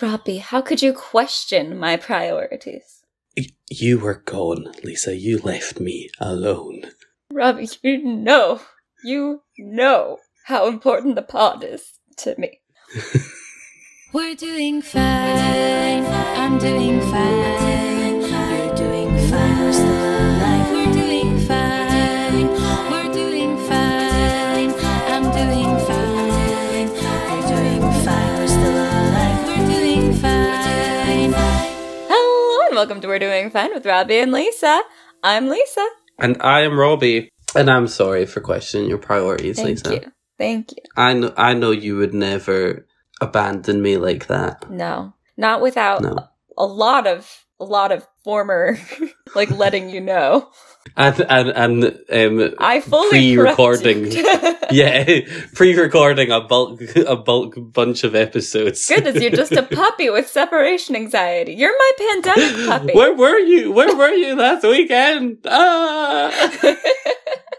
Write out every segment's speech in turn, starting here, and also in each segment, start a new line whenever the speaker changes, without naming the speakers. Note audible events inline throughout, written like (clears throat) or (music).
Robbie, how could you question my priorities?
Y- You were gone, Lisa. You left me alone.
Robbie, you know, you know how important the pod is to me.
We're doing fine. I'm doing fine. You're doing fine. We're still alive. We're doing fine. We're doing fine. I'm doing fine. You're doing fine. We're still alive. We're doing fine.
Hello and welcome to We're Doing Fine with Robbie and Lisa. I'm Lisa.
And I am Robbie. And I'm sorry for questioning your priorities,
Thank
Lisa.
you. Thank you.
I know, I know you would never abandon me like that.
No, not without
No.
a lot of a lot of former (laughs) like letting you know.
And and, and um,
I fully
Pre-recording. (laughs)
corrected.
yeah, pre-recording a bulk a bulk bunch of episodes.
(laughs) Goodness, you're just a puppy with separation anxiety. You're my
(laughs)
pandemic puppy.
Where were you? Where were you last weekend? Ah! (laughs)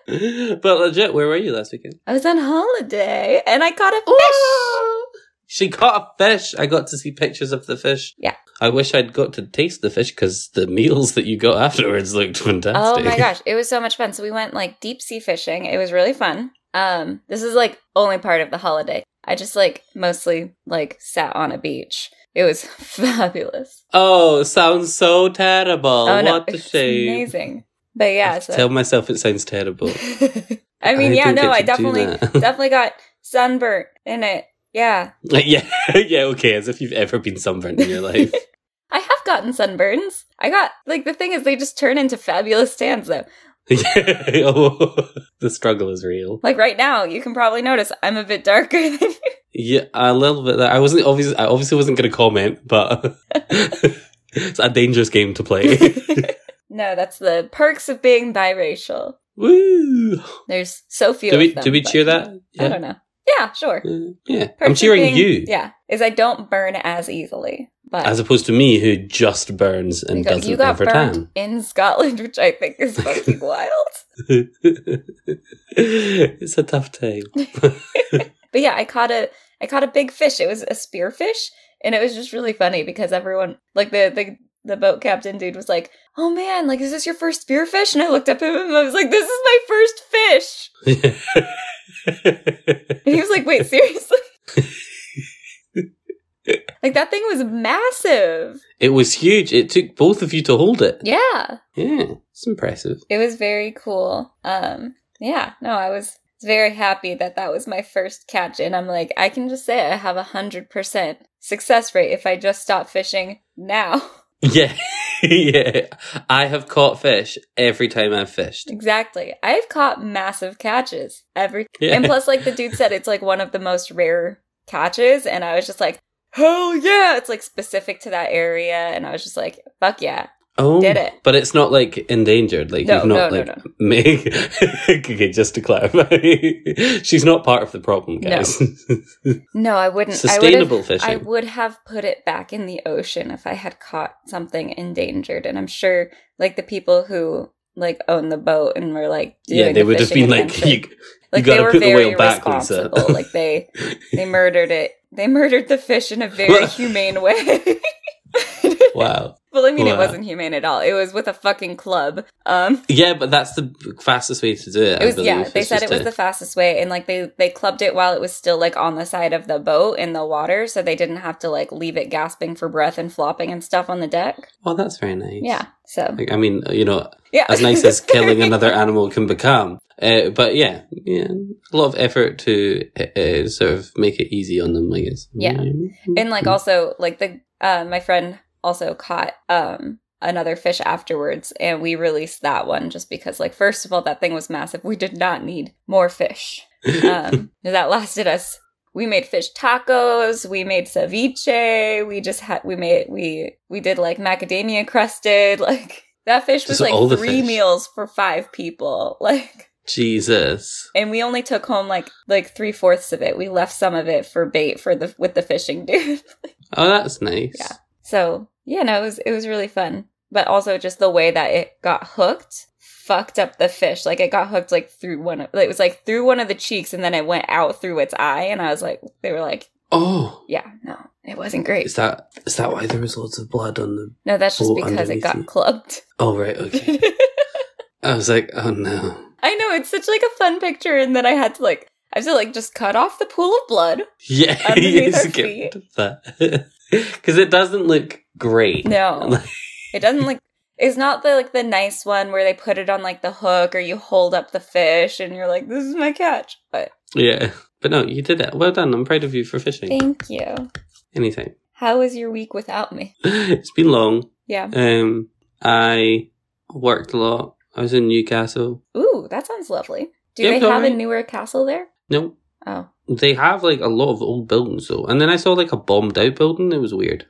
but legit, where were you last weekend?
I was on holiday and I caught a fish.
She caught a fish. I got to see pictures of the fish.
Yeah.
I wish I'd got to taste the fish because the meals that you got afterwards looked
Oh
fantastic.
my gosh, it was so much fun. So we went like deep sea fishing. It was really fun. Um, this is like only part of the holiday. I just like mostly like sat on a beach. It was (laughs) fabulous. Oh,
Oh, sounds so terrible. what a
it's
shame.
amazing. But
I
yeah,
have to
so (laughs)
Tell myself it sounds terrible. (laughs)
I mean, yeah,
didn't
no,
get
I
to do
definitely
that. (laughs)
definitely got sunburnt in it. Yeah.
Like, yeah, yeah, okay. As if you've ever been sunburned (laughs) in your life.
(laughs)
(laughs)
I have gotten sunburns. I got like the thing is they just turn into fabulous stands though.
Yeah. oh, (laughs) the struggle is real.
Like right now, you can probably notice I'm a bit darker (laughs) than you.
Yeah, a little bit. I wasn't obviously. I obviously wasn't going to comment, but (laughs) it's a dangerous game to (laughs) play.
(laughs) no, that's the perks of being biracial.
Woo!
There's so few.
Do we
of them,
do we
but-
cheer that? Mm,
I don't know. Yeah, sure.
Yeah,
Perks
I'm
of
cheering
being-
you
Yeah, is I don't burn as easily, but
as opposed to me who just burns and
you got,
doesn't
you got
ever
burned
tan. (laughs)
in Scotland, (laughs) which I think is fucking wild.
it's a tough time.
But yeah, I caught a I caught a big fish. It was a spearfish, and it was just really funny because everyone like the the the boat captain dude was like, "Oh man, like is this your first spearfish?" And I looked up at him and I was like, "This is my first fish." And he was like, "Wait, seriously?" (laughs) like that thing was massive.
(laughs) it was huge. It took both of you to hold it.
Yeah.
Yeah, it's impressive. (laughs)
It was very cool. Um yeah, no, I was very happy that that was my first catch and I'm like, I can just say I have a 100% success rate if I just stop fishing now. (laughs)
Yeah, yeah. I have caught fish every time I've fished.
Exactly. I've caught massive catches every
Yeah.
and plus like the dude said it's like one of the most rare catches and I was just like, Hell yeah. It's like specific to that area and I was just like, fuck yeah.
Oh,
Did it.
But it's not like endangered. Like
No,
you've not
no, no,
like me. (laughs) okay, just to clarify, (laughs) she's not part of the problem,
No.
guys.
No, (laughs) I wouldn't I would've-
Sustainable fishing.
I would have put it back in the ocean if I had caught something endangered. And I'm sure, like, the people who, like, own the boat and were, like, doing
yeah, they
the
would have
fishing
been like,
adventure,
(laughs) you,
like,
gotta
they were
put the
very
whale back, Lisa.
responsible. like,
(laughs)
they, they murdered it. They murdered the fish in a very humane way.
wow.
(laughs) well, I mean,
Wow.
it wasn't humane at all. It was with a fucking club. Um,
Yeah, but that's the fastest way to do it.
it was
I believe,
yeah they
is
said
just
it was
to-
the fastest way and like they they clubbed it while it was still like on the side of the boat in the water so they didn't have to like leave it gasping for breath and flopping and stuff on the deck
Well, that's very nice.
yeah so
Like, I mean, you know,
yeah
as nice as killing another animal can become. (laughs) Uh, but yeah, yeah, a lot of effort to uh, uh, sort of make it easy on them, I guess. Mm-hmm.
Yeah. (laughs) and like also like the uh my friend also caught um another fish afterwards and we released that one just because like first of all that thing was massive we did not need more fish um, (laughs) that lasted us. We made fish tacos. We made ceviche. We just had we made we we did like macadamia crusted. (laughs) Like that fish was
Just all the
like three
fish.
meals for five people. (laughs) Like
(laughs) Jesus.
and we only took home like like three fourths of it. We left some of it for bait for the with the fishing dude.
Oh, that's nice.
Yeah. So yeah, no, it was it was really fun. But also just the way that it got hooked fucked up the fish. Like it got hooked like through one of it was like through one of the cheeks and then it went out through its eye and I was like they were like,
Oh,
Yeah, no. It wasn't great.
Is that is that why there was loads of blood on the?
No, that's just
Oh,
because it got
underneath
clubbed. (laughs)
Oh right, okay.
I
I was like, oh no.
know it's such like a fun picture, and then I had to like I have to like just cut off the pool of blood.
Yeah, (laughs)
Underneath
yes,
our
get rid of that (laughs) because it doesn't look great.
No, it doesn't like it's not the like the nice one where they put it on like the hook or you hold up the fish and you're like this is my catch. But
yeah, but no, you did it. Well done. I'm proud of you for fishing.
thank you.
Anytime. (laughs)
How was your week without me?
It's been long.
Yeah.
Um, I worked a lot. I was in Newcastle.
Ooh, that sounds lovely. Do
Yeah,
they
it's all
have a
right.
newer castle there?
No,
Oh,
they have like a lot of old buildings though, and then I saw like a bombed out building. It was weird.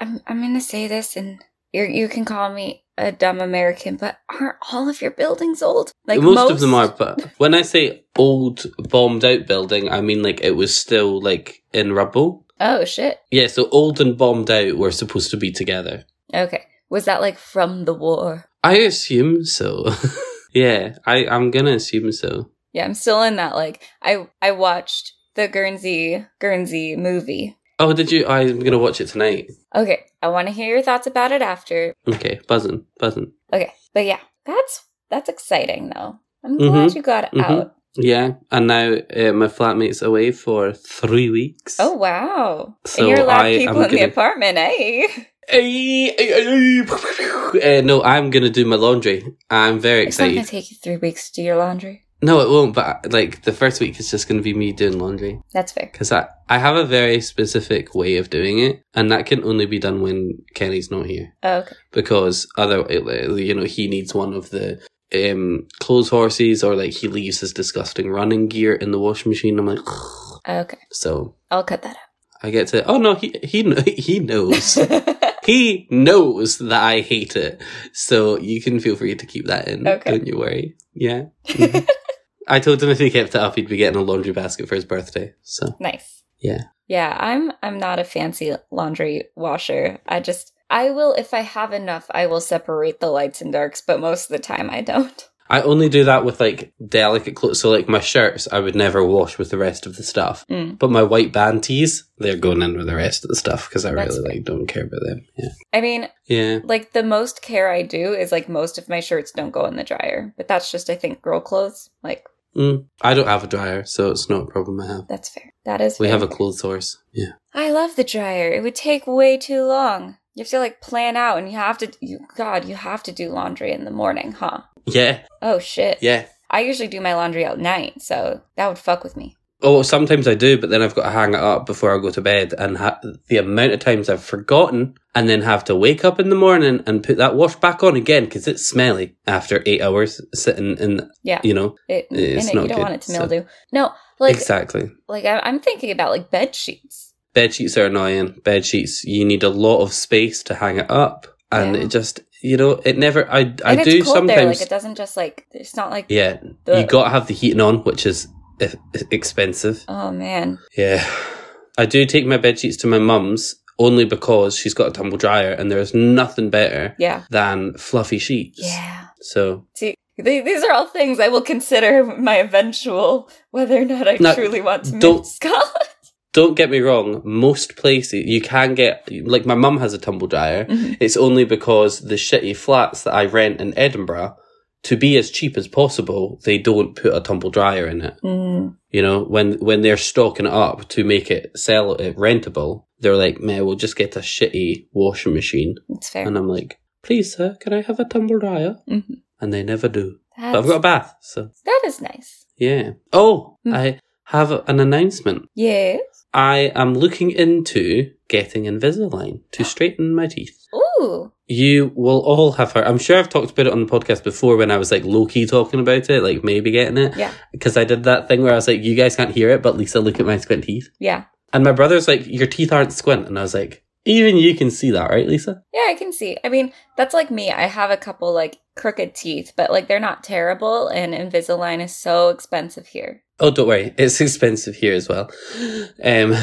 I'm I'm gonna say this, and you you can call me a dumb American, but aren't all of your buildings old?
most, of them are, but when I say old bombed out building, I mean like it was still like in rubble.
Oh shit.
Yeah, so old and bombed out were supposed to be together.
Okay. Was that like from the war?
I assume so. (laughs) yeah, I, I'm gonna assume so.
Yeah, I'm still in that. Like, I I watched the Guernsey Guernsey movie.
Oh, did you? I'm gonna watch it tonight.
Okay, I want to hear your thoughts about it after.
Okay, buzzing, buzzing.
Okay, but yeah, that's that's exciting though. I'm glad you got
mhm.
out.
Yeah, and now uh, my flatmate's away for three weeks.
Oh wow!
So
and you're a lot
I
of
am
people in the
gonna-
apartment, eh?
Ay, ay, (laughs) ay. Uh, no, I'm gonna do my laundry. I'm very
It's not
excited.
gonna take you three weeks to do your laundry.
No, it won't. But like the first week is just gonna be me doing laundry
That's fair.
because I I have a very specific way of doing it, and that can only be done when Kenny's not here.
Okay.
because other you know he needs one of the um clothes horses or like he leaves his disgusting running gear in the washing machine i'm like
Okay.
so
I'll cut that
i get to oh no he he kn- (laughs) he knows
out.
he knows that i hate it so you can feel free to keep that in
Okay.
don't you worry yeah
(laughs)
Mhm. i told him if he kept it up he'd be getting a laundry basket for his birthday so
nice.
Yeah.
Yeah, I'm I'm not a fancy laundry washer. I just I will if I have enough, I will separate the lights and darks, but most of the time I don't.
i only do that with like delicate clothes so like my shirts i would never wash with the rest of the stuff
Mm.
But my white band tees, they're going in with the rest of the stuff because I
That's
really
fair.
like don't care about them. Yeah,
I mean,
yeah,
like the most care I do is like most of my shirts don't go in the dryer, but that's just I think girl clothes. Like
mm. I don't have a dryer, so it's not a problem I have.
that's fair. That is.
We
fair.
have a clothes horse. Yeah,
I love the dryer. It would take way too long. You have to like plan out, and you have to. You, God, you have to do laundry in the morning, huh?
yeah,
Oh shit.
yeah.
I usually do my laundry at night, so that would fuck with me.
Oh, sometimes I do, but then I've got to hang it up before I go to bed, and ha- the amount of times I've forgotten, and then have to wake up in the morning and put that wash back on again because it's smelly after eight hours sitting in.
Yeah.
you know
It,
It's
and it,
not
you don't
good,
want it to
so-
mildew. No, like
exactly.
like I, I'm thinking about like bed sheets.
bed sheets are annoying. Bed sheets, you need a lot of space to hang it up, and
Yeah.
it just you know it never. I I
And it's
do
cold there. Like
sometimes.
it doesn't just like it's not like
yeah,
the,
you got to have the heating on, which is e- expensive.
Oh man,
Yeah, I do take my bed sheets to my mum's only because she's got a tumble dryer, and there's nothing better
yeah,
than fluffy sheets.
yeah.
So
See, th- these are all things I will consider my eventual whether or not I
No,
truly want to
don't-
move (laughs) to Scotland.
don't get me wrong, most places you can get like my mum has a tumble dryer.
Mhm.
It's only because the shitty flats that I rent in Edinburgh, to be as cheap as possible, they don't put a tumble dryer in it.
Mm,
You know, when when they're stocking it up to make it sell it rentable, they're like, "Man, we'll just get a shitty washing machine."
it's fair.
And I'm like, "Please, sir, can I have a tumble dryer?"
Mhm.
And they never do. But I've
That's,
got a bath, so
that is nice.
yeah. Oh,
Mm.
I have an announcement.
Yes.
I am looking into getting Invisalign to straighten my teeth.
Ooh.
You will all have heard. I'm sure I've talked about it on the podcast before when I was like low key talking about it, like maybe getting it.
Yeah.
Because I did that thing where I was like, you guys can't hear it, but Lisa, look at my squint teeth.
Yeah.
And my brother's like, your teeth aren't squint. And I was like, even you can see that, right, Lisa?
Yeah, I can see. I mean, that's like me. I have a couple like crooked teeth, but like they're not terrible, and Invisalign is so expensive here.
Oh, don't worry. It's expensive here as well. Um,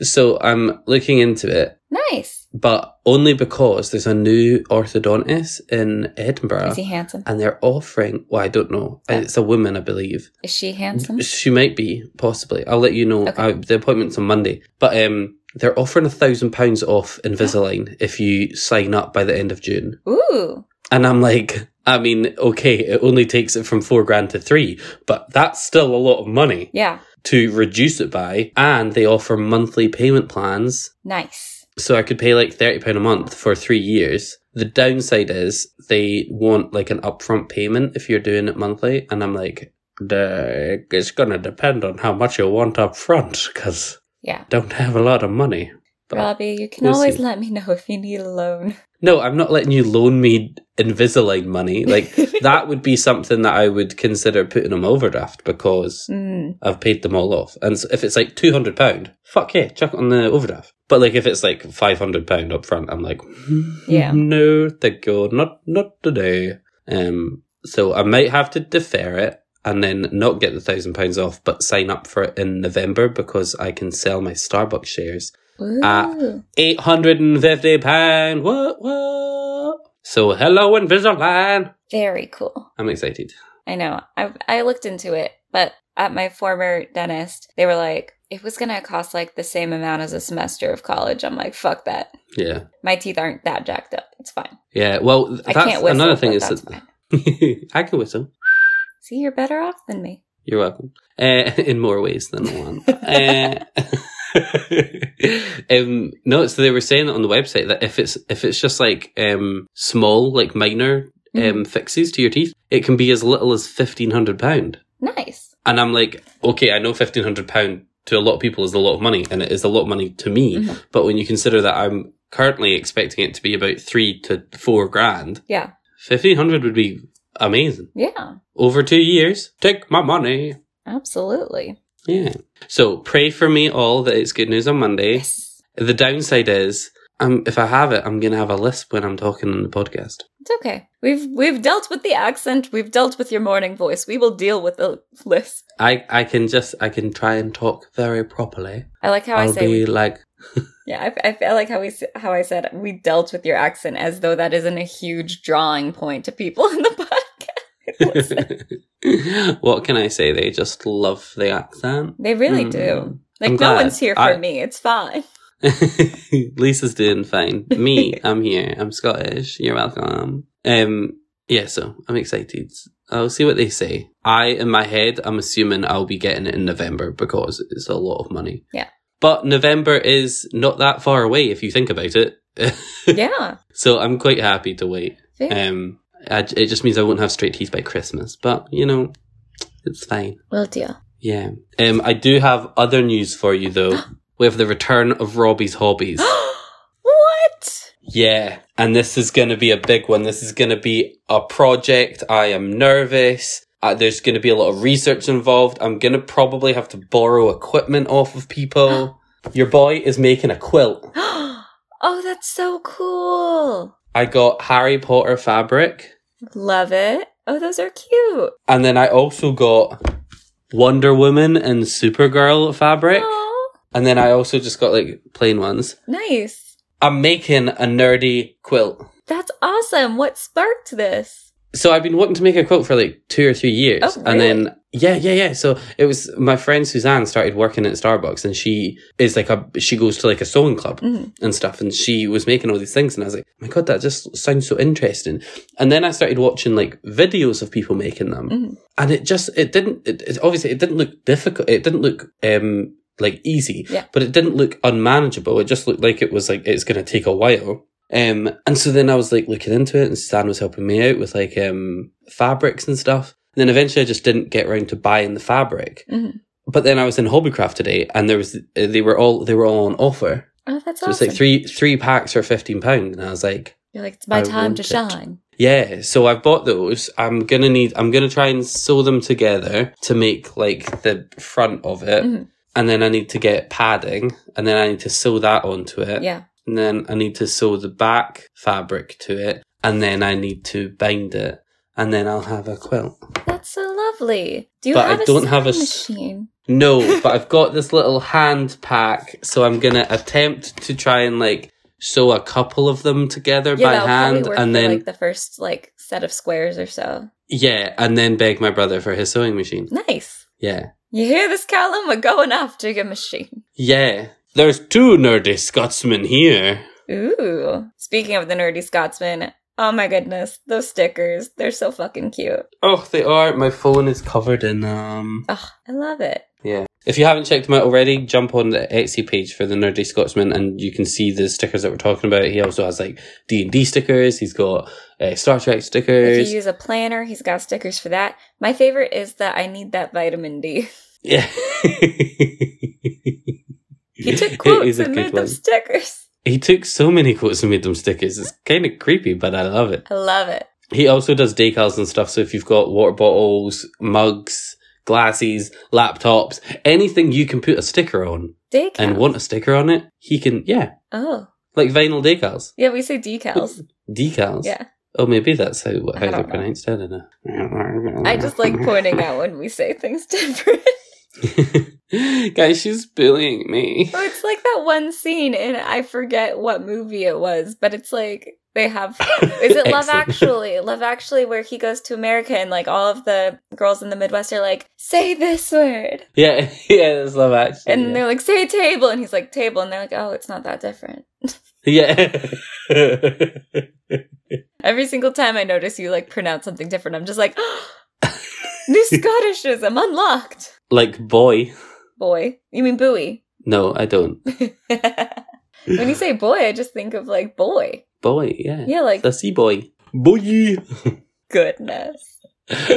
so I'm looking into it,
Nice.
but only because there's a new orthodontist in Edinburgh.
Is he handsome?
and they're offering. Well, I don't know.
Yeah.
It's a woman, I believe.
Is she handsome?
She might be, possibly. I'll let you know.
Okay.
I, the appointment's on Monday, but um, They're offering a thousand pounds off Invisalign if you sign up by the end of June.
Ooh.
And I'm like, I mean, okay, it only takes it from four grand to three, but that's still a lot of money
Yeah.
to reduce it by. And they offer monthly payment plans.
Nice.
So I could pay like £30 a month for three years. The downside is they want like an upfront payment if you're doing it monthly. And I'm like, "Duh, it's going to depend on how much you want upfront because
Yeah.
don't have a lot of money. But-
Robbie, you can
we'll
always
see.
let me know if you need a loan.
No, I'm not letting you loan me Invisalign money. Like that would be something that I would consider putting them overdraft because
(laughs) Mm.
I've paid them all off. And so if it's like two hundred pound, fuck yeah, chuck it on the overdraft. But like if it's like five hundred pound up front, I'm like, "Hmm,
Yeah.
no, thank you, not not today. Um, so I might have to defer it and then not get the thousand pounds off, but sign up for it in November because I can sell my Starbucks shares
Ooh.
Ah. eight hundred and fifty pound. What what? So hello Invisalign.
Very cool.
I'm excited.
I know. I I looked into it, but at my former dentist, they were like, it was gonna cost like the same amount as a semester of college. I'm like, fuck that.
Yeah.
My teeth aren't that jacked up. It's fine.
Yeah. Well th-
I
that's
can't whistle.
another thing
but
is
that's
that (laughs)
fine.
I can whistle.
See, you're better off than me.
You're welcome. Uh, (laughs) in more ways than one. uh, (laughs) um no, so they were saying on the website that if it's if it's just like um small, like minor um fixes to your teeth, it can be as little as fifteen hundred pound.
Nice.
And I'm like, okay, I know fifteen hundred pound to a lot of people is a lot of money, and it is a lot of money to me.
Mhm.
But when you consider that I'm currently expecting it to be about three to four grand,
Yeah.
fifteen hundred would be amazing
Yeah.
over two years. Take my money,
Absolutely.
yeah. So pray for me all that it's good news on Monday.
Yes.
The downside is, um, if I have it, I'm gonna have a lisp when I'm talking on the podcast.
It's okay. We've we've dealt with the accent. We've dealt with your morning voice. We will deal with the list.
I I can just I can try and talk very properly.
I like how i
I'll
say.
be
We,
like
(laughs) yeah, I, I feel like how we s- how I said we dealt with your accent as though that isn't a huge drawing point to people (laughs) in the podcast. Listen.
(laughs) what can I say? They just love the accent.
They really
Mm.
do. Like
I'm
no
glad.
one's here for
I-
me. It's
(laughs)
fine.
Lisa's doing fine. Me, I'm here. I'm Scottish. You're welcome. Um, yeah, so I'm excited. I'll see what they say. I, in my head, I'm assuming I'll be getting it in November because it's a lot of money.
Yeah.
But November is not that far away if you think about it. (laughs)
yeah.
so I'm quite happy to wait.
Fair.
Um, I, it just means I won't have straight teeth by Christmas, but you know, it's fine.
Will do.
Yeah. Um, I do have other news for you though. we have the return of Robbie's hobbies.
(gasps) what? (gasps)
yeah. And this is going to be a big one. This is going to be a project. I am nervous. Uh, there's going to be a lot of research involved. I'm going to probably have to borrow equipment off of people. Your boy is making a quilt.
oh, that's so cool.
I got Harry Potter fabric.
Love it. Oh, those are cute.
And then I also got Wonder Woman and
(gasps)
Supergirl fabric.
Aw,
And then I also just got like plain ones.
nice.
I'm making a nerdy quilt.
That's awesome. What sparked this?
So I've been wanting to make a quilt for like two or three years.
Oh,
And
really?
then, yeah, yeah, yeah. So it was my friend Suzanne started working at Starbucks and she is like a, she goes to like a sewing club
Mhm.
and stuff. And she was making all these things. And I was like, "Oh my God, that just sounds so interesting. And then I started watching like videos of people making them.
Mhm.
And it just, it didn't, it, it, obviously it didn't look difficult. It didn't look, um, like easy,
Yeah.
but it didn't look unmanageable. It just looked like it was like, it's going to take a while. Um, and so then I was like looking into it and Stan was helping me out with like, um, fabrics and stuff. And then eventually I just didn't get around to buying the fabric.
Mhm.
But then I was in Hobbycraft today and there was, uh, they were all, they were all on offer.
Oh, that's
So
awesome.
it's like three three packs for fifteen pound, and I was like,
You're like, it's my
I
time to
want it.
shine.
yeah. So I've bought those. I'm gonna need. I'm gonna try and sew them together to make like the front of it,
Mhm.
and then I need to get padding, and then I need to sew that onto it,
Yeah.
and then I need to sew the back fabric to it, and then I need to bind it, and then I'll have a quilt.
That's so lovely. Do you
But
have
I
a
don't
sewing
have a s-
machine? (laughs)
No, but I've got this little hand pack, so I'm gonna attempt to try and like sew a couple of them together by
that'll probably
hand,
work
and
for,
then
like the first like set of squares or so.
yeah, and then beg my brother for his sewing machine.
Nice.
Yeah,
You hear this, Callum? We're going after your machine.
yeah. There's two nerdy Scotsmen here.
Ooh. Speaking of the nerdy Scotsman, oh my goodness, those stickers, they're so fucking cute.
Oh, they are. My phone is covered in um.
Ugh, I love it.
Yeah. If you haven't checked them out already, jump on the Etsy page for the Nerdy Scotsman, and you can see the stickers that we're talking about. He also has like D and D stickers. He's got uh, Star Trek
If
stickers.
you use a planner, he's got stickers for that. My favorite is that I need that vitamin D.
(laughs)
(laughs)
yeah.
He
(laughs) he
took quotes and made them stickers.
He took so many quotes and made them stickers. It's kind of creepy, but I love it.
I love it.
He also does decals and stuff. So if you've got water bottles, mugs, glasses, laptops, anything you can put a sticker on
Decals.
and want a sticker on it, he can. Yeah,
Oh,
like vinyl decals,
yeah, we say decals.
decals.
Yeah.
Oh, maybe that's how, how
I
they're
don't know.
pronounced. I don't know.
I just like pointing out when we say things different.
(laughs) Guys, she's bullying me.
Oh, it's like that one scene in I forget what movie it was, but it's like they have
(laughs)
is it Love
Excellent.
Actually? Love Actually where he goes to America and like all of the girls in the Midwest are like, say this word.
Yeah, (laughs) yeah, it's love actually.
And
yeah.
they're like, say table and he's like table and they're like, Oh, it's not that different.
Yeah.
Every single time I notice you like pronounce something different, I'm just
(laughs)
like New Scottishism unlocked.
(laughs) like boy.
Boy. You mean buoy. (laughs)
No, I don't.
when you say boy, I just think of like boy.
Boy, yeah.
Yeah, like
The sea boy. Boy. (laughs)
goodness. (laughs)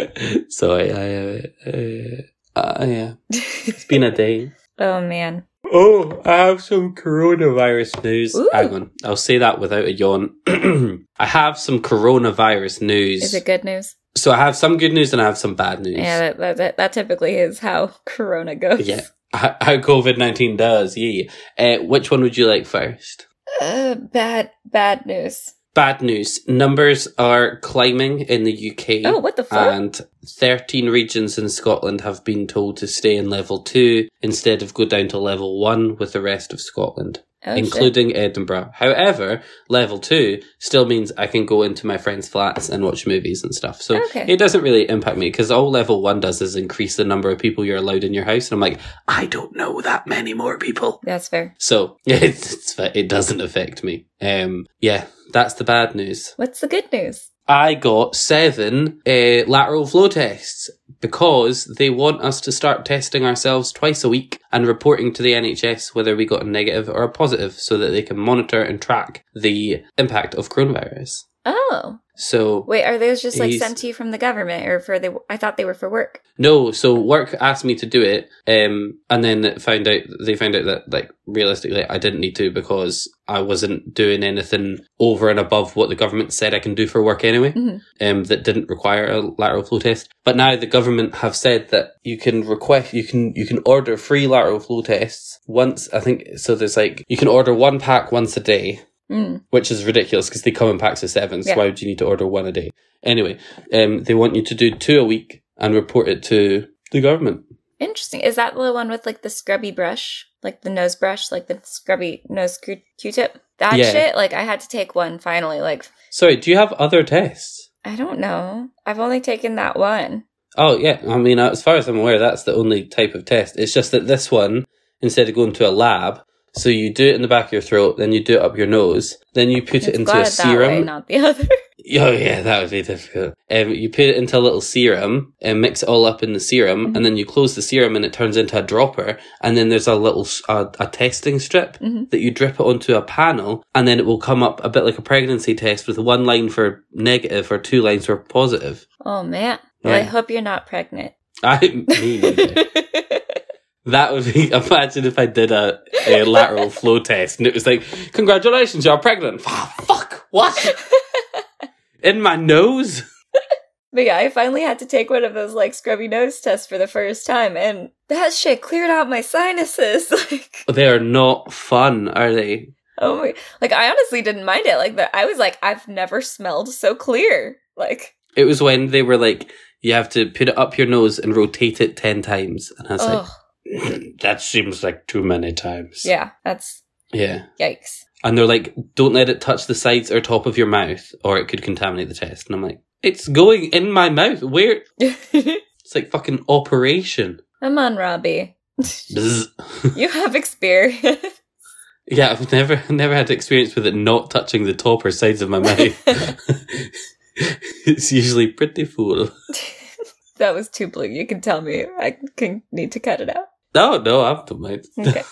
Sorry, I, uh, uh, uh, yeah. It's been a day.
oh man.
Oh, I have some coronavirus news.
Ooh.
Hang on. I'll say that without a yawn. (clears throat) I have some coronavirus news.
Is it good news?
so I have some good news and I have some bad news.
Yeah, that, that, that, that typically is how (laughs) Corona goes.
Yeah. How how COVID-19 does. Yeah. Uh, which one would you like first?
Uh, bad, bad news.
Bad news. Numbers are climbing in the UK.
Oh, what the fuck?
and 13 regions in Scotland have been told to stay in level 2 instead of go down to level 1 with the rest of Scotland,
Oh, shit.
including Edinburgh. However, level 2 still means I can go into my friends' flats and watch movies and stuff. So
Okay.
it doesn't really impact me because all level 1 does is increase the number of people you're allowed in your house. And I'm like, I don't know that many more people.
That's fair.
So (laughs) yeah, it's, it's, it doesn't affect me. Um, yeah, that's the bad news.
What's the good news?
I got seven uh, lateral flow tests because they want us to start testing ourselves twice a week and reporting to the NHS whether we got a negative or a positive so that they can monitor and track the impact of coronavirus.
Oh,
So,
wait, are those just like
He's-
sent to you from the government or for the, I thought they were for work.
no, so work asked me to do it, um, and then found out they found out that, like, realistically, I didn't need to because I wasn't doing anything over and above what the government said I can do for work anyway.
Mhm.
um, that didn't require a lateral flow test. But now the government have said that you can request, you can, you can order free lateral flow tests once, I think, so there's like, you can order one pack once a day,
Mm.
which is ridiculous because they come in packs of seven. So
Yeah.
why would you need to order one a day? Anyway, um, they want you to do two a week and report it to the government.
Interesting. Is that the one with like the scrubby brush, like the nose brush, like the scrubby nose Q- Q-tip? That
Yeah.
shit. Like I had to take one finally. Like,
Sorry, do you have other tests?
I don't know. I've only taken that one.
Oh yeah, I mean, as far as I'm aware, that's the only type of test. It's just that this one, instead of going to a lab, so you do it in the back of your throat, then you do it up your nose, then you put it
It's
into
glad
a
that way,
serum.
not the (laughs) other.
Oh yeah, that would be difficult. Um, you put it into a little serum and mix it all up in the serum,
Mhm.
and then you close the serum, and it turns into a dropper. And then there's a little s- a, a testing strip
Mhm.
that you drip it onto a panel, and then it will come up a bit like a pregnancy test with one line for negative or two lines for positive.
Oh man. Well, I
Yeah.
hope you're not pregnant.
(laughs) I me neither. That would be. Imagine if I did a, a lateral flow test and it was like, "Congratulations, you're pregnant." Ah, fuck what? In my nose?
(laughs) But yeah, I finally had to take one of those like scrubby nose tests for the first time, and that shit cleared out my sinuses. (laughs) like,
They are not fun, are they?
oh my, like I honestly didn't mind it. Like that, I was like, I've never smelled so clear. Like,
It was when they were like, "You have to put it up your nose and rotate it ten times," and I was
oh
like, (clears throat) "That seems like too many times."
yeah, that's
yeah.
yikes. (laughs)
And they're like, "Don't let it touch the sides or top of your mouth, or it could contaminate the test." And I'm like, "It's going in my mouth. Where?" It's like fucking operation.
Come on, Robbie, (laughs)
Bzz.
you have experience. (laughs)
Yeah, I've never (laughs) never had experience with it not touching the top or sides of
(laughs)
my mouth. (laughs) it's usually pretty full.
That was too blue. You can tell me. I can need to cut it
(laughs)
out.
No, no, I don't mind.
Okay.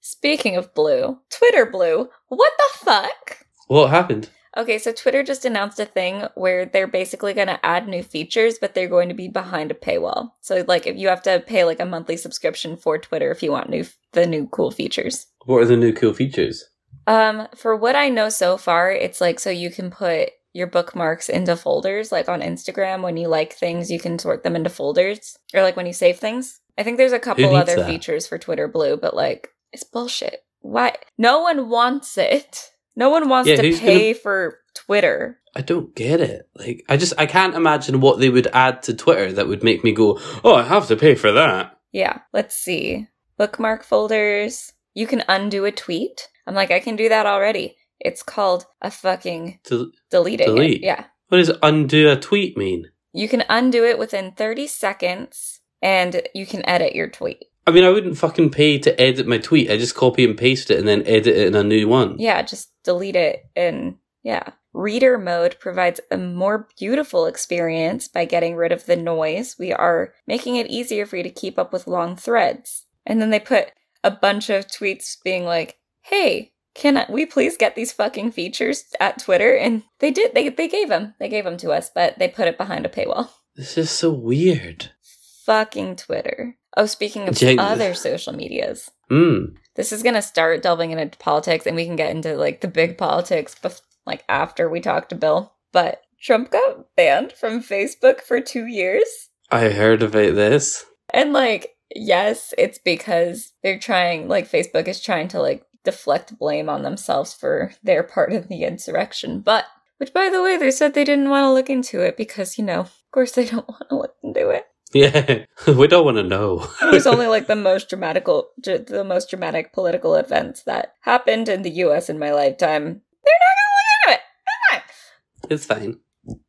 Speaking of blue, Twitter blue. What the fuck?
(laughs) What happened?
Okay, so Twitter just announced a thing where they're basically going to add new features, but they're going to be behind a paywall. So, like, if you have to pay like a monthly subscription for Twitter if you want new the new cool features.
What are the new cool features?
Um, for what I know so far, it's like so you can put your bookmarks into folders, like on Instagram. When you like things, you can sort them into folders, or like when you save things. I think there's a couple
needs
other
that?
features for Twitter Blue, but like it's bullshit. Why? No one wants it. No one wants
Yeah,
to
who's
pay for Twitter.
I don't get it. Like, I just I can't imagine what they would add to Twitter that would make me go, "Oh, I have to pay for that."
Yeah, let's see. Bookmark folders. You can undo a tweet. I'm like, I can do that already. It's called a fucking
Del-
deleting. it.
Delete.
Yeah.
what does undo a tweet mean?
You can undo it within 30 seconds and you can edit your tweet.
I mean, I wouldn't fucking pay to edit my tweet. I just copy and paste it and then edit it in a new one.
Yeah, just delete it and yeah. Reader mode provides a more beautiful experience by getting rid of the noise. We are making it easier for you to keep up with long threads. And then they put a bunch of tweets being like, "Hey, can I, we please get these fucking features at Twitter?" And they did. They they gave them. They gave them to us, but they put it behind a paywall.
This is so weird.
Fucking Twitter. Oh, speaking of
Jen-
other social medias.
Hmm.
this is going to start delving into politics and we can get into like the big politics bef- like after we talk to bill but trump got banned from facebook for two years
I heard about this. (laughs)
and like yes it's because they're trying like facebook is trying to like deflect blame on themselves for their part of the insurrection but which by the way they said they didn't want to look into it because you know of course they don't (laughs) want to look into it
Yeah, (laughs) we don't want to know. (laughs)
it was only like the most dramatical dr- the most dramatic political events that happened in the US in my lifetime. They're not gonna look into it. It's fine.
It's fine.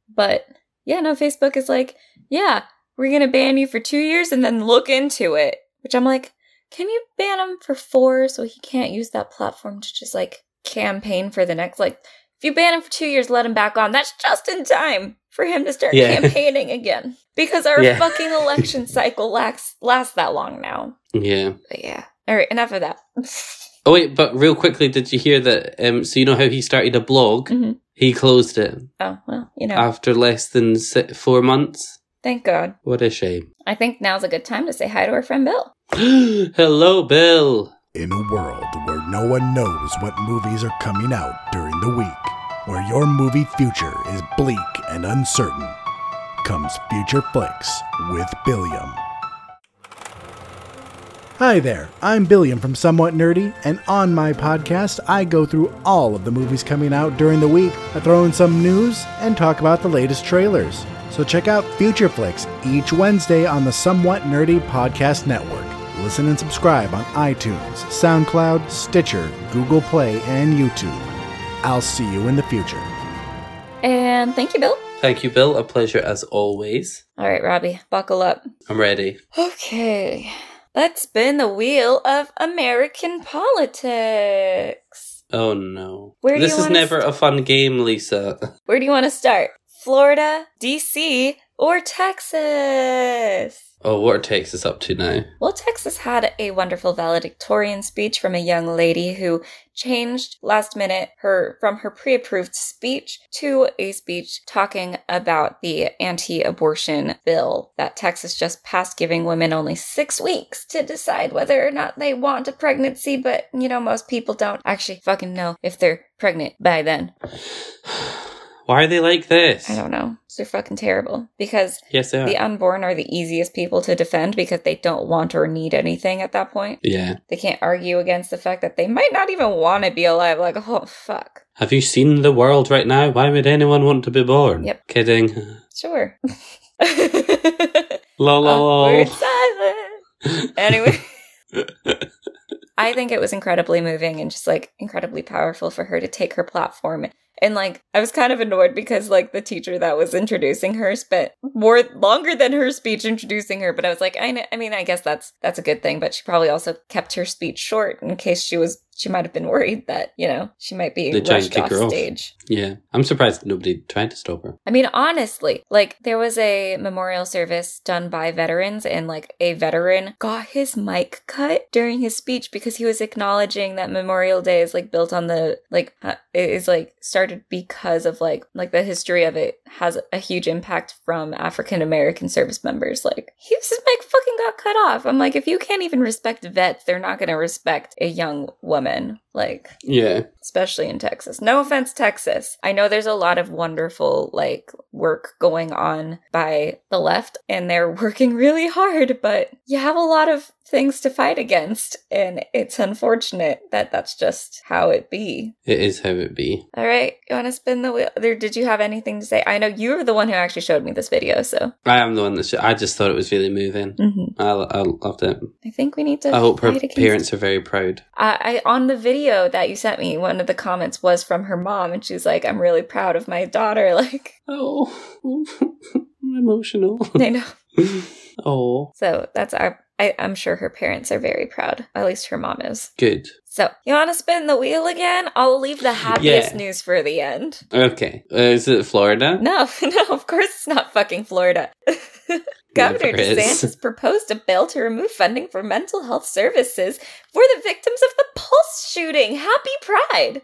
But yeah, no, Facebook is like, yeah, we're gonna ban you for two years and then look into it. Which I'm like, can you ban him for four so he can't use that platform to just like campaign for the next like if you ban him for two years, let him back on. That's just in time for him to start
Yeah. (laughs)
campaigning again. Because our
Yeah.
fucking election cycle lasts lasts that long now.
Yeah.
But yeah. All right, enough of that. (laughs)
Oh wait, but real quickly, did you hear that? Um, so you know how he started a blog?
Mhm.
He closed it
oh, well, you know,
after less than si- four months.
thank God.
What a shame.
I think now's a good time to say hi to our friend Bill.
(gasps) Hello, Bill.
In a world where no one knows what movies are coming out during the week, where your movie future is bleak and uncertain, comes Future Flicks with Billiam. Hi there, I'm Billiam from Somewhat Nerdy, and on my podcast, I go through all of the movies coming out during the week. I throw in some news and talk about the latest trailers. So check out Future Flicks each Wednesday on the Somewhat Nerdy Podcast Network. Listen and subscribe on iTunes, SoundCloud, Stitcher, Google Play, and YouTube. I'll see you in the future.
And thank you, Bill.
Thank you, Bill. A pleasure as always.
All right, Robbie, buckle up.
I'm ready.
Okay. Let's spin the wheel of American politics.
Oh no.
Where do
this
you
is
wanna
never a fun game, Lisa. (sighs)
Where do you want to start? Florida, DC, or Texas?
Oh, what are Texas up to now? (sighs)
Well, Texas had a wonderful valedictorian speech from a young lady who changed last minute her from her pre-approved speech to a speech talking about the anti-abortion bill that Texas just passed giving women only 6 weeks to decide whether or not they want a pregnancy, but you know most people don't actually fucking know if they're pregnant by then.
Why are they like this?
I don't know. They're fucking terrible because
Yes, they are.
the uh, unborn are the easiest people to defend because they don't want or need anything at that point.
yeah.
They can't argue against the fact that they might not even want to be alive. Like, oh, fuck.
Have you seen the world right now? Why would anyone want to be born?
Yep.
Kidding. (laughs)
Sure. (laughs) Awkward
La la la.
silence. Anyway. I think it was incredibly moving and just like incredibly powerful for her to take her platform. And like, I was kind of annoyed because like the teacher that was introducing her spent more longer than her speech introducing her. But I was like, I, know, I mean, I guess that's that's a good thing. But she probably also kept her speech short in case she was she might have been worried that you know she might be
They'd try and
rushed
kick
off
her off.
stage.
(laughs) Yeah. I'm surprised nobody tried to stop her.
I mean, honestly, like there was a memorial service done by veterans, and like a veteran got his mic cut during his speech because he was acknowledging that Memorial Day is like built on the like uh, it is like started because of like like the history of it has a huge impact from African American service members. Like he was his mic fucking got cut off. I'm like, if you can't even respect vets, they're not gonna respect a young woman. Like
Yeah.
especially in Texas. No offense, Texas. I know there's a lot of wonderful like work going on by the left and they're (laughs) working really hard, but you have a lot of things to fight against and it's unfortunate that that's just how it be.
It is how it be.
All right, you want to spin the wheel? There, did you have anything to say? I know you were the one who actually showed me this video, so
I am the one that should, I just thought it was really moving.
Mhm.
I, I loved it.
I think we need to.
I hope her
fight against-
parents are very proud.
I, I on the video that you sent me, one of the comments was from her mom, and she's like, "I'm really proud of my daughter." (laughs) Like,
Oh, (laughs) I'm
(laughs)
emotional.
I know.
oh,
So that's our. I, I'm sure her parents are very proud. At least her mom is.
good.
So you want to spin the wheel again? I'll leave the happiest
Yeah.
news for the end. (laughs)
Okay, Uh, is it Florida?
No, (laughs) no, of course it's not fucking Florida. (laughs) Governor
Never is. (laughs)
DeSantis proposed a bill to remove funding for mental health services for the victims of the Pulse shooting. Happy Pride.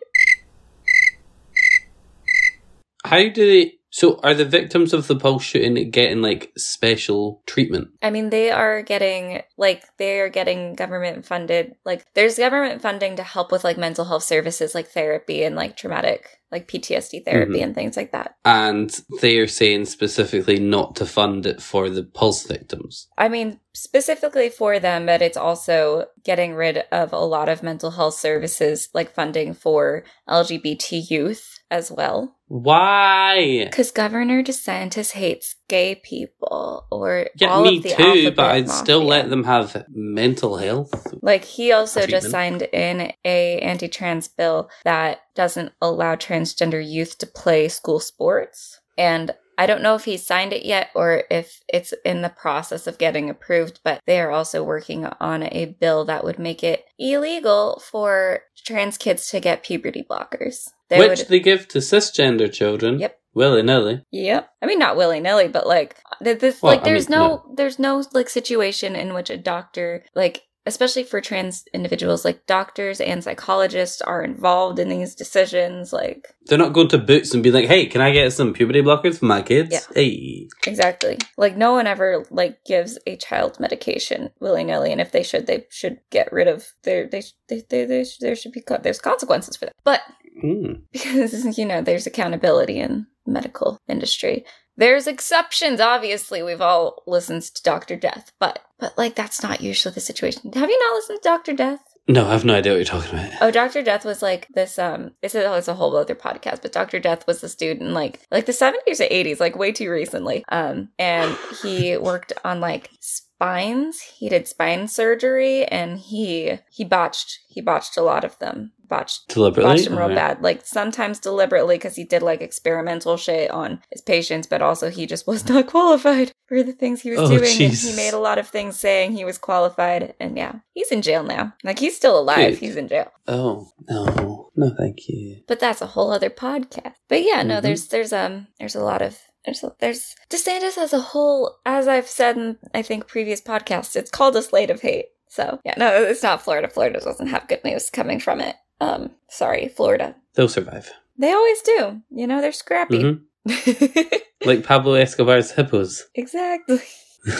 How do they? So, are the victims of the pulse shooting getting like special treatment?
I mean, they are getting like they are getting government funded. Like, there's government funding to help with like mental health services, like therapy and like traumatic, like PTSD therapy
Mhm.
and things like that.
And they are saying specifically not to fund it for the pulse victims.
I mean, specifically for them, but it's also getting rid of a lot of mental health services, like funding for LGBT youth as well.
Why?
Because Governor DeSantis hates gay people or
Yeah,
all
me
of the
too,
alphabet
but I'd still
mafia.
let them have mental health.
Like he also just
Treatment.
signed in a anti-trans bill that doesn't allow transgender youth to play school sports. And I don't know if he signed it yet or if it's in the process of getting approved, but they are also working on a bill that would make it illegal for trans kids to get puberty blockers. They
which
would
they give to cisgender children.
Yep.
Willy nilly.
Yep. I mean, not willy nilly, but like th- this,
Well,
like
I mean,
there's no, there's no like situation in which a doctor, like especially for trans individuals, like doctors and psychologists are involved in these decisions. Like
They're not going to Boots and be like, hey, can I get some puberty blockers for my kids?
Yeah.
Hey.
exactly, like no one ever like gives a child medication willy nilly, and if they should, they should get rid of their they sh- they they, they, sh- there should be co- there's consequences for that. But
Mm.
(laughs) because you know there's accountability in the medical industry there's exceptions obviously we've all listened to dr death but but like that's not usually the situation have you not listened to dr death
No, I have no idea what you're talking about.
oh dr death was like this um this is oh, it's a whole other podcast but dr death was this dude in like like the 70s or 80s like way too recently um and he worked on like spines he did spine surgery and he he botched he botched a lot of them botched
Deliberately?
watched him real
Alright.
bad. Like sometimes deliberately because he did like experimental shit on his patients, but also he just was (laughs) not qualified for the things he was
Oh,
doing. And he
Jesus.
made a lot of things saying he was qualified, and yeah, he's in jail now. Like he's still alive.
Dude.
He's in jail,
Oh, no. No, thank you.
but that's a whole other podcast. But yeah, no,
Mhm.
there's there's um there's a lot of. There's, a- there's DeSantis as a whole, as I've said in I think previous podcasts, it's called a slate of hate. So yeah, no, it's not Florida. Florida doesn't have good news coming from it. Um, sorry, Florida.
They'll survive.
They always do. You know, they're scrappy.
Mhm.
(laughs)
Like Pablo Escobar's hippos.
exactly. (laughs)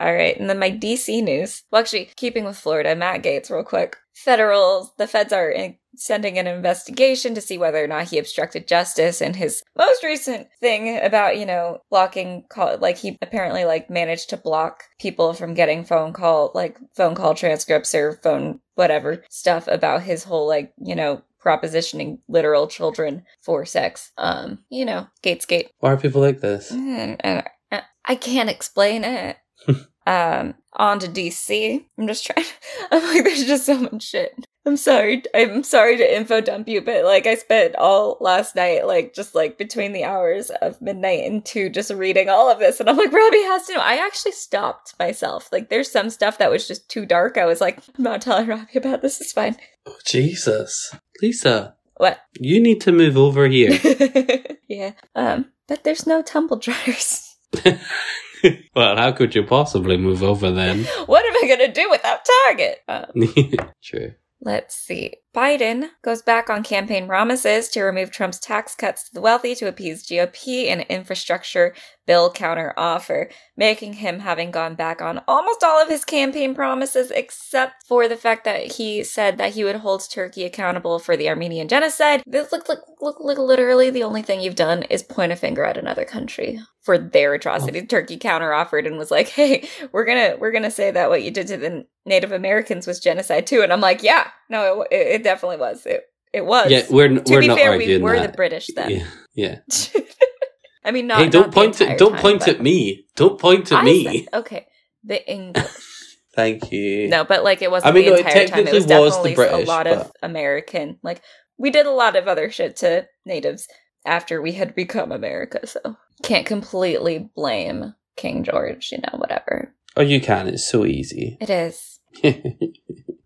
All right, and then my DC news. Well, actually, keeping with Florida, Matt Gates, real quick. Federal, the feds are in, sending an investigation to see whether or not he obstructed justice in his most recent thing about, you know, blocking call. Like he apparently like managed to block people from getting phone call, like phone call transcripts or phone whatever stuff about his whole like, you know, propositioning literal children for sex. Um, you know, Gatesgate. (laughs)
Why are people like this?
Mm, I I can't explain it. um, on to DC. I'm just trying. (laughs) I'm like, there's just so much shit. I'm sorry. I'm sorry to info dump you, but like, I spent all last night, like, just like between the hours of midnight and two, just reading all of this. And I'm like, Robbie has to know. I actually stopped myself. Like, there's some stuff that was just too dark. I was like, I'm not telling Robbie about this. It's fine.
Oh, Jesus. Lisa,
What?
you need to move over here. (laughs)
(laughs) yeah. Um, but there's no tumble dryers. (laughs)
well, how could you possibly move over then? (laughs)
What am I gonna do without Target? Um,
True.
Let's see. Biden goes back on campaign promises to remove Trump's tax cuts to the wealthy to appease GOP and infrastructure bill counter offer, making him having gone back on almost all of his campaign promises except for the fact that he said that he would hold Turkey accountable for the Armenian genocide. This look look look, look literally the only thing you've done is point a finger at another country for their
Oh.
atrocities. Turkey counter offered and was like, (laughs) "Hey, we're gonna we're gonna say that what you did to the Native Americans was genocide too, and I'm like, yeah, no, it, it definitely was. It it was.
Yeah, we're
to
we're
be
not
fair, we
arguing
were
that.
the British then.
Yeah, yeah.
I mean, not.
hey,
not
don't
the
point
entire
at don't
time,
point
but-
at me. Don't point at
I
me.
said- okay, the English.
(laughs) Thank you.
No, but like it wasn't
I mean,
the
no, it
entire time. It
technically
was
was
definitely
the British,
a lot of
but-
American. Like we did a lot of other shit to natives after we had become America, so can't completely blame King George. You know, whatever
Oh, you can. It's so easy. (laughs)
it is.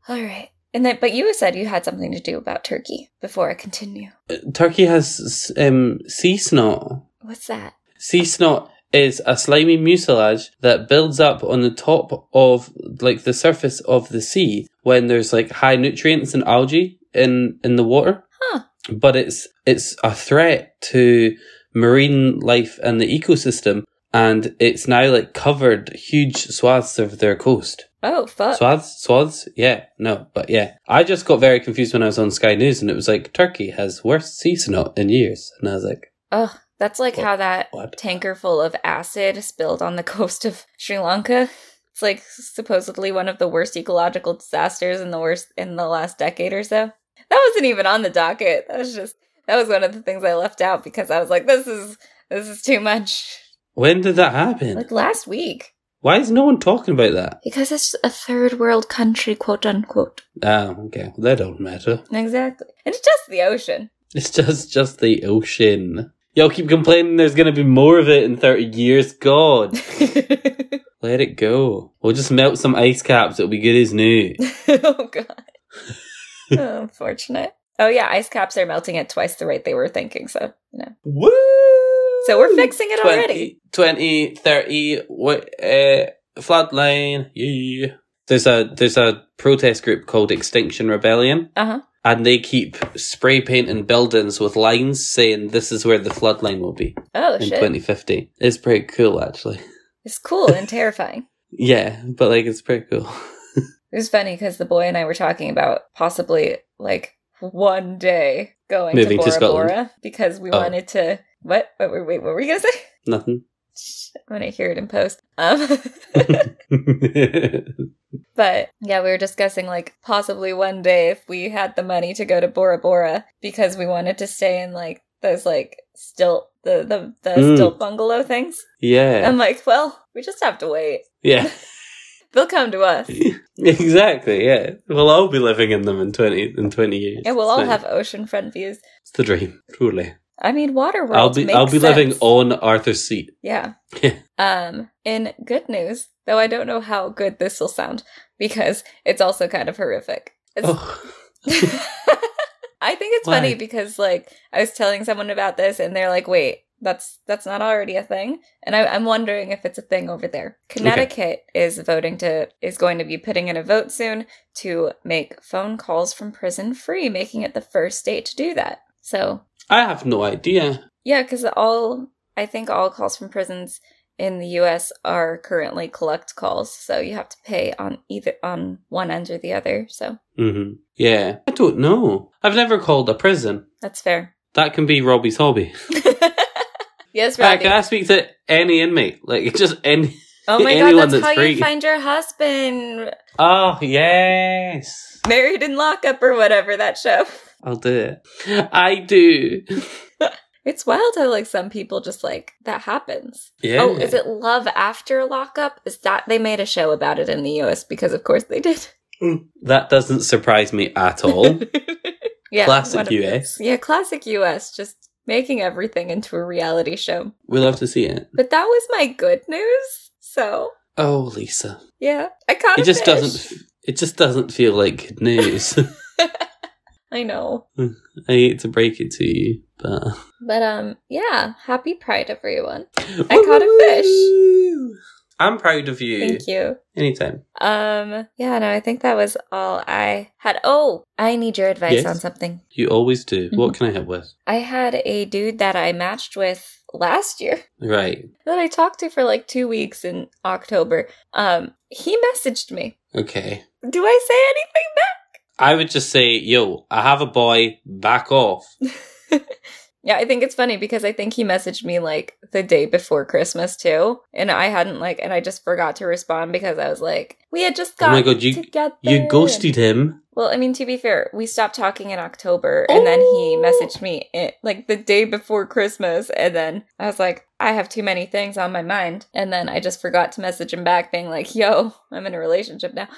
All right. And then, but you said you had something to do about Turkey before I continue.
Turkey has um, sea snot.
What's that?
Sea snot is a slimy mucilage that builds up on the top of like the surface of the sea when there's like high nutrients and algae in in the water.
Huh.
But it's it's a threat to marine life and the ecosystem and it's now like covered huge swaths of their coast.
Oh, fuck.
Swaths, swaths, yeah, no, but yeah. I just got very confused when I was on Sky News and it was like, Turkey has worst sea snot in years. And I was like,
oh, that's like how that
what?
tanker full of acid spilled on the (laughs) coast of Sri Lanka. It's like supposedly one of the worst ecological disasters in the worst in the last decade or so. That wasn't even on the docket. That was just that was one of the things I left out because I was like, this is this is too much.
When did that happen?
Like last week.
Why is no one talking about that?
Because it's a third world country, quote unquote.
Ah, okay. Well, that don't matter. (laughs)
Exactly. And it's just the ocean. (laughs)
It's just just the ocean. Y'all keep complaining there's gonna be more of it in thirty years. God, (laughs) let it go. We'll just melt some ice caps. It'll be good
(laughs)
as new.
oh god. (laughs) oh, unfortunate. Oh yeah, ice caps are melting at twice the rate they were thinking, so you know.
Woo!
So we're fixing it already.
20, 30, what, uh, floodline. Yeah. There's a there's a protest group called Extinction Rebellion,
Uh-huh.
and they keep spray painting buildings with lines saying this is where the floodline will be.
Oh
in
shit.
2050. It's pretty cool, actually.
It's cool and terrifying.
Yeah, but like it's pretty cool. (laughs)
It was funny because the boy and I were talking about possibly like one day going
Moving
to
to
Bora
Scotland.
Bora because we
Oh.
wanted to what? What were wait, what were we gonna say? (laughs)
Nothing.
Shh, I'm gonna hear it in post.
(laughs)
Um (laughs) But yeah, we were discussing like possibly one day if we had the money to go to Bora Bora because we wanted to stay in like those like stilt the the, the
Mm.
stilt bungalow things.
yeah.
I'm like, well, we just have to wait.
yeah. (laughs)
They'll come to us.
exactly. Yeah. We'll all be living in them in 20 in 20 years.
And we'll
It's
all
fine.
have ocean front views.
It's the dream, truly.
I mean water world.
I'll be I'll be living on Arthur's seat.
Yeah.
(laughs) Yeah.
um in good news, though I don't know how good this will sound because it's also kind of horrific. It's
Oh.
(laughs)
(laughs)
I think it's funny
Why?
because like I was telling someone about this and they're like, "Wait, that's that's not already a thing." And I, I'm wondering if it's a thing over there. Connecticut is voting to is going to be putting in a vote soon to make phone calls from prison free, making it the first state to do that. So
I have no idea.
yeah, because all I think all calls from prisons in the U.S. are currently collect calls, so you have to pay on either on one end or the other. So
hmm Yeah. I don't know. I've never called a prison.
that's fair. (laughs)
That can be Robbie's hobby.
yes,
Right,
Robbie.
can I speak to any inmate? Like (laughs) just any
Oh my god,
Anyone
that's,
that's
how
free.
you find your husband.
Oh yes.
Married in lockup or whatever that show. Oh,
I'll do it. I do.
It's wild how like some people just like that happens.
Yeah.
Oh, is it Love After Lockup? Is that they made a show about it in the US because of course they did.
Mm, That doesn't surprise me
(laughs)
at all.
yeah.
Classic
one of
US.
those. Yeah, classic US just making everything into a reality show.
we love to see it.
But that was my good news. So,
Oh, Lisa.
yeah. I caught
It
a
just
fish.
doesn't. It just doesn't feel like good news. (laughs) I
I know.
hate to break it to you, but
But um yeah, happy pride everyone. I caught a
fish. I'm proud of you.
Thank you.
Anytime.
Um yeah, no, I think that was all I had. Oh, I need your advice
Yes?
on something.
You always do.
Mm-hmm.
What can I help with?
I had a dude that I matched with last year (laughs)
Right.
that I talked to for like 2 weeks in October. Um he messaged me.
Okay.
Do I say anything back?
I would just say, yo, I have a boy, back off.
(laughs) yeah, I think it's funny because I think he messaged me like the day before Christmas too, and I hadn't like, and I just forgot to respond because I was like, we had just
Oh
got
my God, you-
together.
You ghosted him.
Well, I mean, to be fair, we stopped talking in October, and then he
Oh.
messaged me it, like the day before Christmas, and then I was like, I have too many things on my mind, and then I just forgot to message him back, being like, yo, I'm in a relationship now,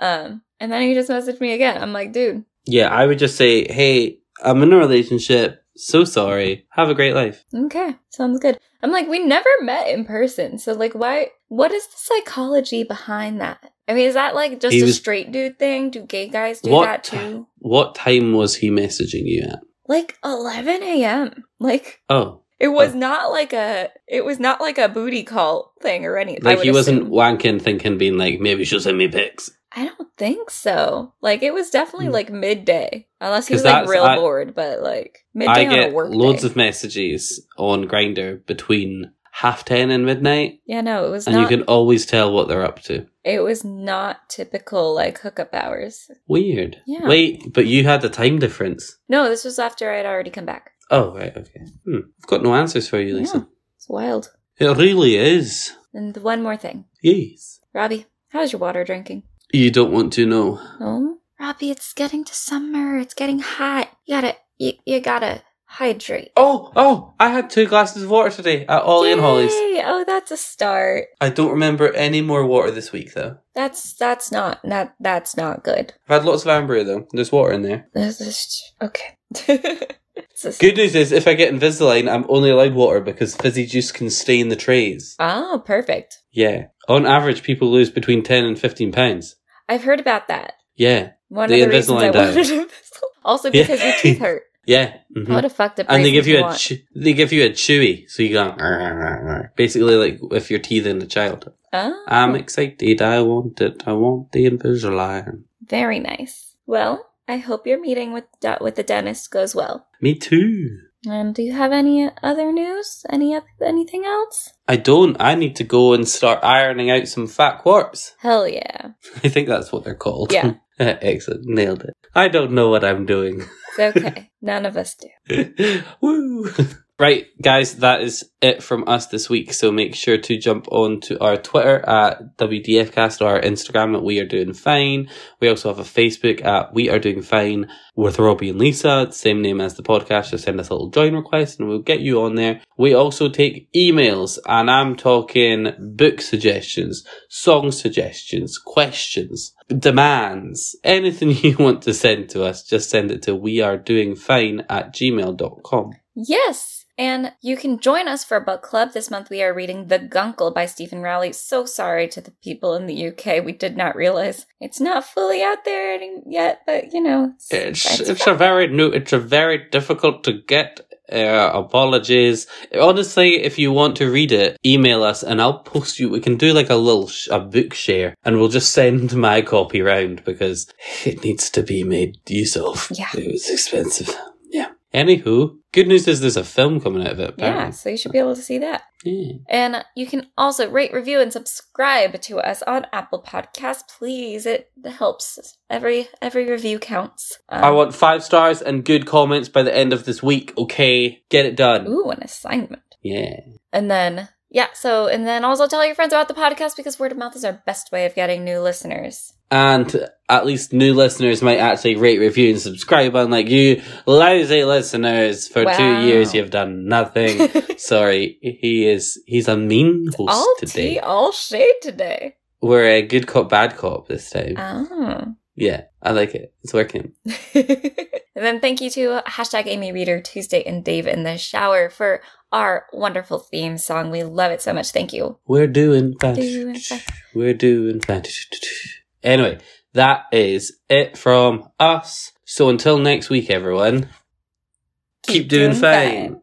um, and then he just messaged me again. I'm like, dude,
Yeah, I would just say, hey, I'm in a relationship. So sorry. Have a great life.
Okay, sounds good. I'm like, we never met in person, so like, why? What is the psychology behind that? I mean, is that like just
He
a
was-
straight dude thing? Do gay guys do that
what
too?
What time was he messaging you at?
Like 11 a.m. Like
Oh,
it was
Oh.
not like a it was not like a booty call thing or anything.
like he wasn't wanking, thinking, being like, maybe she'll send me pics.
I don't think so. Like it was definitely
Hmm.
like midday, unless he
'Cause
was like
that's-
real
I-
bored. But like midday
I
on a
get
work
loads
day.
of messages on Grinder between half ten and midnight,
yeah, no, it was
and
not.
you can always tell what they're up to.
It was not typical like hookup hours.
Weird.
Yeah.
Wait, but you had the time difference.
No, this was after I had already come back.
Oh right, okay. Hmm. I've got no answers for you, Lisa.
It's wild.
It really is.
And the one more thing.
Yes.
Robbie, how's your water drinking?
You don't want to know.
Oh? Robbie, it's getting to summer. It's getting hot. You gotta you, you gotta hydrate.
Oh, oh! I had two glasses of water today at Ollie and Holly's.
Yay! Oh, that's a start.
I don't remember any more water this week though.
That's that's not that that's not good.
I've had lots of amber though. There's water in there.
This is okay. (laughs) It's a-
Good news is, if I get Invisalign, I'm only allowed water because fizzy juice can stain the trays.
Oh, perfect.
Yeah. On average, people lose between 10 and 15 pounds.
I've heard about that.
Yeah.
One
The
of the reasons I
Invisalign diet.
wanted to also
Yeah.
because your teeth
(laughs)
hurt.
Yeah. mhm.
What a fucked up
And they
reason
give
to
you a
want-
chew- they give you a chewy, so you go "Arr, arr, arr," basically like if you're teething a child.
oh.
I'm excited. I want it. I want the Invisalign.
Very nice. Well, I hope your meeting with de- with the dentist goes well.
Me too.
Um, do you have any other news? Any oth- anything else?
I don't. I need to go and start ironing out some fat quarts.
Hell yeah.
(laughs) I think that's what they're called.
Yeah.
(laughs) Excellent. Nailed it. I don't know what I'm doing.
It's
(laughs)
okay. None of us do.
Woo! Right, guys, that is it from us this week. So make sure to jump on to our Twitter at WDFcast or our Instagram at We Are Doing Fine. We also have a Facebook at We Are Doing Fine with Robbie and Lisa, same name as the podcast. Just send us a little join request and we'll get you on there. We also take emails, and I'm talking book suggestions, song suggestions, questions, demands, anything (laughs) you want to send to us, just send it to we are doing fine at gmail.com.
Yes. And you can join us for a book club. This month we are reading The Gunkle by Stephen Rowley. So sorry to the people in the UK. We did not realize it's not fully out there any- yet, but you know. It's,
It's
it's-
it's a very new. It's a very difficult to get. Uh, apologies. Honestly, if you want to read it, email us and I'll post you. We can do like a little sh- a book share, and we'll just send (laughs) my copy round because it needs to be made use of.
Yeah.
it was expensive. Yeah. Anywho, good news is there's a film coming out of it.
yeah,
Apparently.
so you should be able to see that.
Yeah.
And you can also rate, review, and subscribe to us on Apple Podcasts, please. It helps. Every every review counts. Um,
I want five stars and good comments by the end of this week. Okay, get it done.
ooh an assignment.
Yeah.
And then yeah, so and then also tell your friends about the podcast because word of mouth is our best way of getting new listeners.
and at least new listeners might actually rate, review, and subscribe. Unlike you, lousy listeners, for
Wow.
two years you've done
(laughs)
nothing. Sorry, he is he's a mean host
all
today.
tea, all shade today.
We're a good cop, bad cop this time.
Oh.
yeah, I like it. It's working.
(laughs) and then thank you to hashtag Amy Reader Tuesday and Dave in the shower for our wonderful theme song. We love it so much. Thank you.
We're doing fine.
Doing fine.
We're doing fine. Anyway, that is it from us. So until next week, everyone, keep, doing, fine.